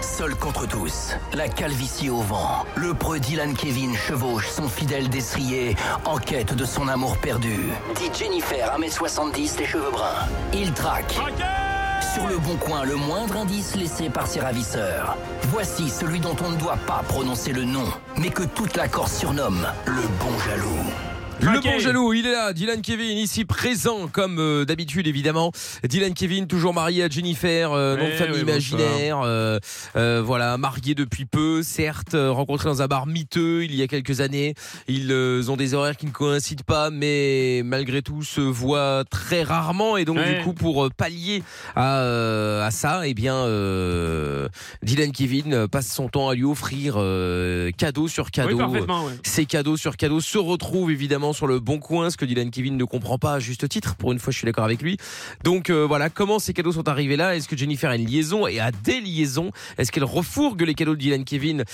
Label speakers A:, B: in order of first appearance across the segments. A: Seul contre tous, la calvitie au vent, le preux Dylan Kevin chevauche son fidèle destrier en quête de son amour perdu. Dit Jennifer, 1m70, les cheveux bruns. Il traque. Sur le bon coin, le moindre indice laissé par ses ravisseurs. Voici celui dont on ne doit pas prononcer le nom, mais que toute la Corse surnomme le bon jaloux.
B: Le
C: Ok.
B: bon jaloux, il est là, Dylan Kevin, ici présent comme euh, d'habitude évidemment. Dylan Kevin, toujours marié à Jennifer, euh, nom de
C: Eh
B: famille
C: oui, bonsoir.
B: imaginaire, euh, euh, voilà, marié depuis peu, certes, euh, rencontré dans un bar miteux il y a quelques années. Ils euh, ont des horaires qui ne coïncident pas, mais malgré tout se voient très rarement et donc
C: Ouais.
B: du coup pour euh, pallier à, euh, à ça, eh bien euh, Dylan Kevin euh, passe son temps à lui offrir euh, cadeau sur
C: Oui,
B: cadeau.
C: parfaitement, ouais.
B: Ces cadeaux sur cadeaux se retrouvent évidemment sur le bon coin, ce que Dylan Kevin ne comprend pas à juste titre. Pour une fois, je suis d'accord avec lui. Donc euh, voilà, comment ces cadeaux sont arrivés là Est-ce que Jennifer a une liaison et a des liaisons Est-ce qu'elle refourgue les cadeaux de Dylan Kevin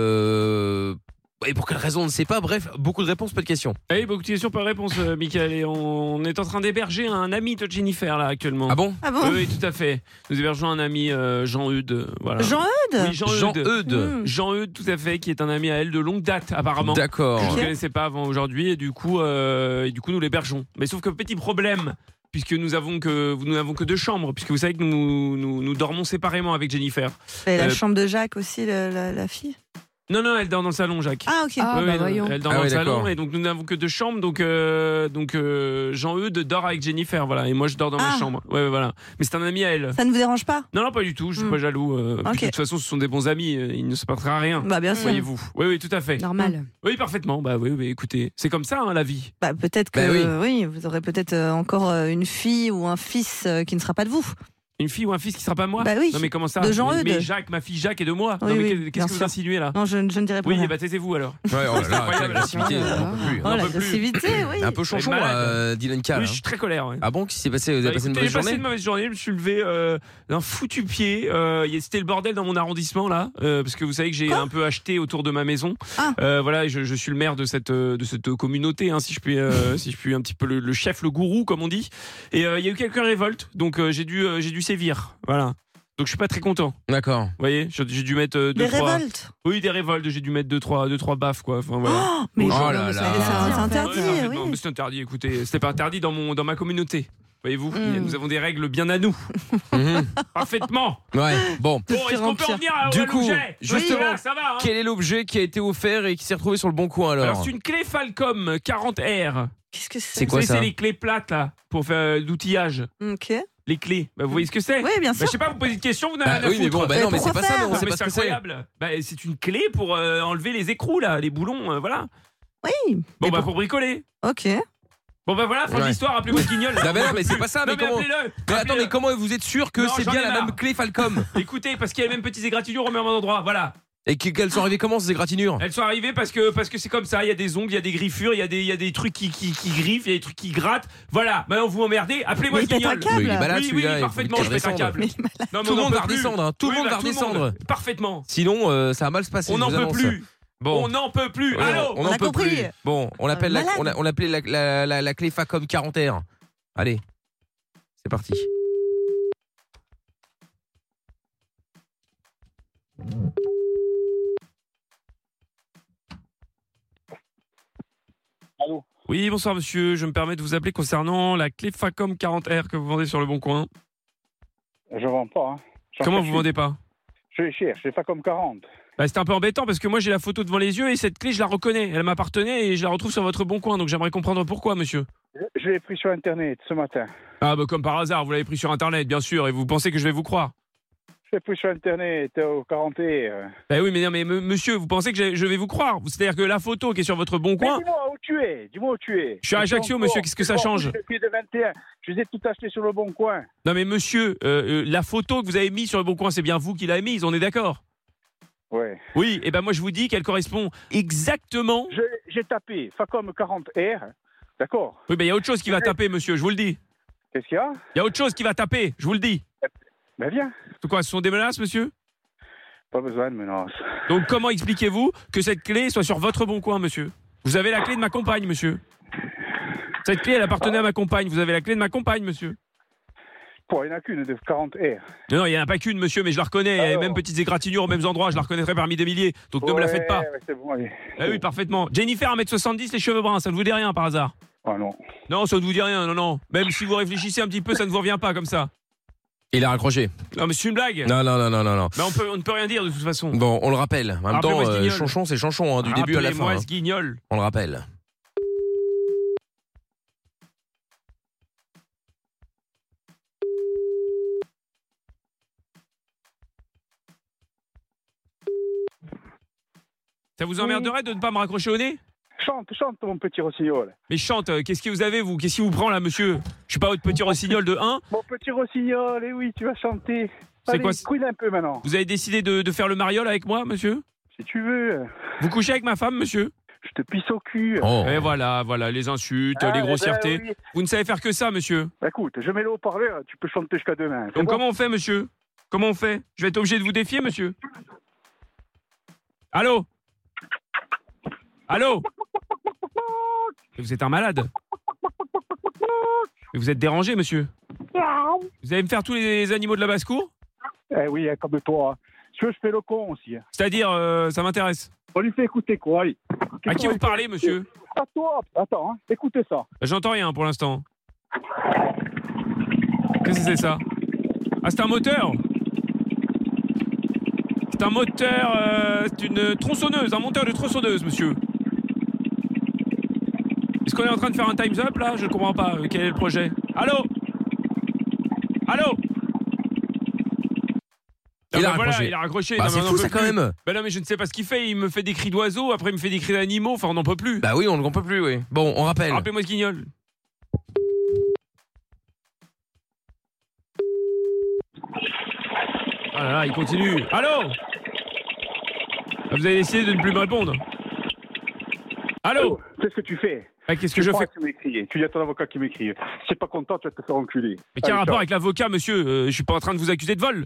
B: Euh, Et pour quelle raison On ne sait pas. Bref, beaucoup de réponses, pas de questions.
C: Eh, beaucoup de questions par réponse, euh, Michael. Et on, on est en train d'héberger un ami de Jennifer, là, actuellement.
B: Ah bon
D: Ah bon
C: Oui, oui, tout à fait. Nous hébergeons un ami, euh, Jean-Eudes. Voilà.
D: Jean-Eudes
C: Oui, Jean-Eudes.
B: Jean-Eude.
D: Hmm.
C: Jean-Eudes, tout à fait, qui est un ami à elle de longue date, apparemment.
B: D'accord.
C: que je ne
D: Ok.
C: connaissais pas avant aujourd'hui et du coup euh, et du coup nous l'hébergeons. Mais sauf que petit problème puisque nous avons que nous n'avons que deux chambres puisque vous savez que nous nous, nous dormons séparément avec Jennifer.
D: Et la
C: Euh,
D: chambre de Jacques aussi, le- la, la fille.
C: Non non elle dort dans le salon Jacques.
D: Ah, ok.
E: Ah,
C: Oui, oui,
E: bah
C: non,
E: voyons.
C: Elle dort
B: Ah
C: dans
B: oui,
C: le salon
B: d'accord.
C: et donc nous n'avons que deux chambres donc euh, donc euh, Jean-Eudes dort avec Jennifer voilà et moi je dors dans ma
D: Ah.
C: chambre. Ouais ouais, voilà. Mais c'est un ami à elle.
D: Ça ne vous dérange pas
C: Non non pas du tout, je suis
D: Hmm.
C: pas jaloux. euh, puis
D: Ok.
C: De toute façon ce sont des bons amis, euh, il ne se passera rien.
D: Bah, bien sûr.
E: Oui.
C: Voyez-vous. Oui oui tout à fait.
E: Normal.
C: Oui parfaitement. Bah oui, oui écoutez, c'est comme ça hein, la vie.
D: Bah, peut-être que
B: Bah oui.
D: euh, oui. vous aurez peut-être euh, encore euh, une fille ou un fils euh, qui ne sera pas de vous.
C: Une fille ou un fils qui sera pas moi
D: Bah oui.
C: Non mais comment ça
D: De Jean
C: Mais- Mais
D: Eudes.
C: Jacques, ma fille Jacques est de moi.
D: Oui,
C: non mais
D: oui,
C: qu'est- qu'est-ce
D: bien
C: que vous
D: sûr.
C: insinuez là
D: Non, je, je ne dirais pas.
C: Oui,
D: rien.
C: bah taisez-vous alors.
B: Ouais, oh là là,
C: Incroyable.
B: quelle agressivité, j'en peux plus, hein.
D: oh,
C: j'en
D: la
C: peux plus.
D: passivité, oui.
B: Un peu chonchon,
C: malade.
B: euh, Dylan K.
C: oui,
B: là.
C: je suis très colère. ouais.
B: Ah bon, qu'est-ce qui s'est passé Vous avez
C: Bah,
B: passé une
C: écoutez,
B: mauvaise
C: j'ai passé
B: journée
C: une mauvaise journée, je me suis levé euh, d'un foutu pied. euh, y a- C'était le bordel dans mon arrondissement là, euh, parce que vous savez que j'ai
D: Quoi
C: un peu acheté autour de ma maison.
D: Ah.
C: Euh, voilà, et je, je suis le maire de cette euh, de cette communauté, hein, si je puis euh, si je puis un petit peu le, le chef, le gourou comme on dit. Et euh, il y a eu quelques révoltes, donc euh, j'ai dû euh, j'ai dû sévir. Voilà. Donc je suis pas très content.
B: D'accord.
C: Vous voyez, j'ai j'ai dû mettre euh, deux
D: Des
C: trois.
D: révoltes.
C: Oui, des révoltes, j'ai dû mettre deux trois deux trois baffes quoi. Enfin voilà.
D: Oh, mais
B: Oh
D: je-
B: là
D: mais c'est-
B: là.
D: c'est- C'est
E: Ah,
C: Ouais, non, mais
D: interdit,
C: non, mais
D: oui.
C: c'est interdit, écoutez. C'était pas interdit dans, mon, dans ma communauté. Voyez-vous,
D: Mm.
C: nous avons des règles bien à nous.
B: Mhm.
C: Parfaitement.
B: Ouais.
C: Bon,
B: Bon.
D: De pire
C: est-ce
D: en
C: qu'on peut
D: pire.
C: en venir à
B: Du
C: à
B: coup,
C: l'objet
B: justement,
C: Oui, là, ça va. hein.
B: Ah. Quel est l'objet qui a été offert et qui s'est retrouvé sur le bon coin alors,
C: Alors, c'est une clé Falcom 40R.
D: Qu'est-ce que
B: C'est
D: c'est
B: quoi
C: Vous savez,
B: ça
C: C'est les clés plates, là, pour faire euh, l'outillage.
D: Ok.
C: Les clés. Bah, vous voyez ce que c'est
D: Oui, bien
C: Bah,
D: sûr.
C: Je sais pas, vous posez une question, vous n'avez
B: Bah
C: rien à
B: oui, mais bon,
C: foutre.
B: bah
D: Mais
B: non, mais c'est
D: pourquoi
B: pas ça,
D: faire
B: non, on
C: Non,
B: sait
C: mais
B: pas ce
C: c'est
B: que c'est.
C: incroyable. Bah, c'est une clé pour euh, enlever les écrous, là, les boulons, euh, voilà.
D: Oui.
C: Bon,
D: Mais
C: bah, pour bricoler.
D: Ok.
C: Bon, bah, voilà, fin
B: Ouais.
C: de l'histoire, appelez-moi le guignol.
B: Non, mais non, mais c'est pas ça,
C: Non,
B: mais
C: mais
B: comment
C: appelez-le.
B: Mais attends,
C: Appelez-le.
B: mais comment vous êtes sûr que
C: Non,
B: c'est
C: j'en
B: bien
C: ai
B: la
C: marre.
B: même clé Falcom
C: Écoutez, parce qu'il y a les mêmes petites égratignures au même endroit. Voilà.
B: Et que- qu'elles sont arrivées comment ces égratignures
C: Elles sont arrivées parce que parce que c'est comme ça. Il y a des ongles, il y a des griffures, il y a des il y a des trucs qui, qui, qui griffent, il y a des trucs qui grattent. Voilà. Maintenant vous emmerdez. Appelez-moi
D: Mais
C: le
D: il pète un
C: guignol.
D: câble.
B: Mais il est malade
C: oui, oui,
B: celui-là. il faut
C: parfaitement,
B: qu'il
C: je pète un
B: redescende.
C: câble.
D: Mais malade.
C: Non, mais
B: Tout
C: on
B: le
C: en
B: monde
C: peut
B: va
C: plus.
B: redescendre, hein, tout le
C: Oui,
B: monde
C: bah,
B: va redescendre.
C: Parfaitement.
B: Sinon, euh, ça a mal se passer.
C: On
B: je
C: n'en
B: vous
C: peut
B: annonce.
C: plus.
B: Bon.
C: On n'en peut plus.
B: Ouais,
C: Allô.
B: on
D: On
B: n'en
D: a
B: peut
D: compris.
B: plus. Bon,
C: Euh,
B: on appelle la,
D: malade.
B: on a- on appelait la, la- la- la clé Facom 40R. Allez, c'est parti.
C: Oui, bonsoir monsieur. Je me permets de vous appeler concernant la clé Facom 40R que vous vendez sur le Bon Coin.
F: Je vends pas. hein. J'en
C: Comment
F: fais-
C: vous vendez pas
F: Je les cherche, c'est pas comme 40.
C: bah, c'est un peu embêtant parce que moi j'ai la photo devant les yeux et cette clé je la reconnais, elle m'appartenait et je la retrouve sur votre bon coin donc j'aimerais comprendre pourquoi monsieur.
F: Je l'ai pris sur internet ce matin.
C: Ah bah comme par hasard, vous l'avez pris sur internet bien sûr et vous pensez que je vais vous croire.
F: Je l'ai pris sur internet au 40 et. euh.
C: Bah oui, mais, non, mais me- monsieur, vous pensez que j'ai- je vais vous croire C'est-à-dire que la photo qui est sur votre bon
F: Mais
C: coin.
F: dis-moi où tu es, dis-moi où tu es.
C: Je suis à Ajaccio,
F: encore-
C: monsieur, qu'est-ce que ça
F: encore
C: change
F: plus depuis de 21. Je les ai tout acheté sur le bon coin.
C: Non, mais monsieur, euh, euh, la photo que vous avez mise sur le bon coin, c'est bien vous qui l'avez mise, on est d'accord
F: Ouais.
C: Oui, et ben moi je vous dis qu'elle correspond exactement.
F: Je- J'ai tapé Facom 40R. D'accord.
C: Oui, ben il y a autre chose qui va taper, monsieur, je vous le dis.
F: Qu'est-ce qu'il y a
C: Il y a autre chose qui va taper, je vous le dis.
F: Ben viens.
C: C'est quoi, ce sont des menaces, monsieur
F: Pas besoin de menaces.
C: Donc comment expliquez-vous que cette clé soit sur votre bon coin, monsieur Vous avez la clé de ma compagne, monsieur. Cette clé, elle appartenait à ma compagne. Vous avez la clé de ma compagne, monsieur.
F: Quoi, il n'y en a qu'une de 40 R.
C: Non, non, il n'y en a pas qu'une, monsieur, mais je la reconnais. Il y a les
F: Alors.
C: mêmes petites égratignures aux mêmes endroits. Je la reconnaîtrais parmi des milliers. Donc ne me la faites pas.
F: Ouais, c'est bon, allez.
C: Ah oui, parfaitement. Jennifer, 1m70, les cheveux bruns, ça ne vous dit rien par hasard
F: Ah non.
C: Non, ça ne vous dit rien, non, non. Même si vous réfléchissez un petit peu, ça ne vous revient pas comme ça.
B: Il a raccroché.
C: Non, mais c'est une blague.
B: Non, non, non, non, non, non.
C: Mais on, peut, on ne peut rien dire de toute façon.
B: Bon, on le rappelle. En même temps,
C: Rappelez-moi ce
B: euh,
C: guignol.
B: Chanchon, c'est Chanchon, hein, du début à la fin.
C: Rappelez-moi
B: hein.
C: ce guignol.
B: On le rappelle.
C: Ça vous emmerderait de ne pas me raccrocher au nez
F: Chante, chante, mon petit rossignol.
C: Mais chante, euh, qu'est-ce que vous avez, vous Qu'est-ce qui vous prend là, monsieur Je suis pas votre petit rossignol de 1.
F: Mon petit rossignol, eh oui, tu vas chanter.
C: C'est
F: Allez,
C: quoi, c'est-
F: couine un peu maintenant,
C: Vous avez décidé de, de faire le mariole avec moi, monsieur
F: si tu veux.
C: Vous couchez avec ma femme, monsieur
F: Je te pisse au cul.
B: Oh.
C: Et voilà, voilà, les insultes,
F: Ah,
C: les
F: ben
C: grossièretés.
F: oui.
C: Vous ne savez faire que ça, monsieur.
F: Bah, écoute, je mets le haut-parleur, tu peux chanter jusqu'à demain. C'est
C: Donc
F: bon
C: comment on fait, monsieur Comment on fait Je vais être obligé de vous défier, monsieur. Allô Allô Mais Vous êtes un malade. Mais vous êtes dérangé, monsieur. Vous allez me faire tous les animaux de la basse-cour
F: Eh oui, hein, comme toi. Tu veux, je fais le con aussi. hein.
C: C'est-à-dire, euh, ça m'intéresse.
F: On lui fait écouter quoi, allez.
C: À qui vous parlez, monsieur
F: À toi, attends, hein, écoutez ça.
C: J'entends rien pour l'instant. Qu'est-ce que c'est ça Ah, c'est un moteur C'est un moteur, euh, c'est une tronçonneuse, un monteur de tronçonneuse, monsieur. Est-ce qu'on est en train de faire un time's up là Je ne comprends pas. euh, Quel est le projet Allô Allô Ah,
B: Il a
C: bah voilà,
B: raccroché.
C: il a raccroché.
B: Bah,
C: Non,
B: c'est
C: mais on en
B: fou
C: peut
B: ça quand
C: plus.
B: même.
C: Bah non, mais je ne sais pas ce qu'il fait. Il me fait des cris d'oiseaux, après il me fait des cris d'animaux. Enfin, on n'en peut plus.
B: Bah oui, on ne peut plus, oui. Bon, on rappelle.
C: Rappelez-moi ce guignol. Ah là là, il continue. Allô Ah, Vous avez décidé de ne plus me répondre. Allô
F: Qu'est-ce que tu fais
C: Ah, Qu'est-ce que je
F: crois
C: fais
F: que Tu m'écris. Tu dis à ton avocat qui m'écrit. Si t'es pas content, tu vas te faire enculer.
C: Mais quel
F: Allez,
C: rapport
F: ciao.
C: avec l'avocat, monsieur Euh, Je suis pas en train de vous accuser de vol.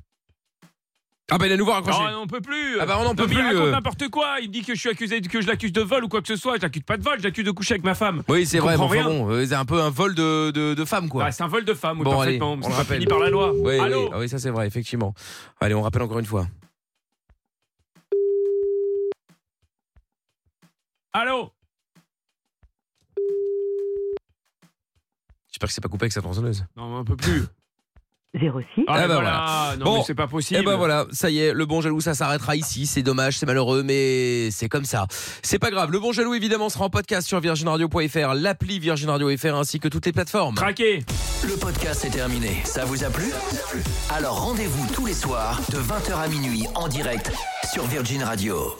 B: Ah bah il a nouveau raccroché.
C: Ah, on n'en peut plus.
B: Ah bah, on n'en
C: Non,
B: peut
C: mais il
B: plus,
C: raconte
B: euh.
C: n'importe quoi. Il me dit que je suis accusé, que je l'accuse de vol ou quoi que ce soit. Je l'accuse pas de vol. Je l'accuse de coucher avec ma femme.
B: oui, c'est
C: je
B: vrai, mais
C: comprends
B: enfin
C: rien.
B: bon, euh, c'est un peu un vol de, de, de femme, quoi.
C: Ah, c'est un vol de femme, oui,
B: Bon, allez,
C: parfaitement.
B: on
C: C'est
B: le
C: pas
B: rappelle.
C: Fini par la loi.
B: Oui,
C: Allô
B: oui, ah oui, ça c'est vrai, effectivement. Allez, on rappelle encore une fois.
C: Allô
B: J'espère que c'est pas coupé avec sa tronçonneuse.
C: Non, un peu plus.
E: 06
C: Ah,
B: Eh
C: mais
B: ben
C: voilà. Non,
B: Bon.
C: mais c'est pas possible.
B: Et ben voilà, ça y est, le bon jaloux, ça s'arrêtera ici. C'est dommage, c'est malheureux, mais c'est comme ça. C'est pas grave. Le bon jaloux, évidemment, sera en podcast sur virginradio.fr, l'appli Virgin Radio FR ainsi que toutes les plateformes.
C: Traqué.
A: Le podcast est terminé. Ça vous a plu Alors rendez-vous tous les soirs de 20h à minuit en direct sur Virgin Radio.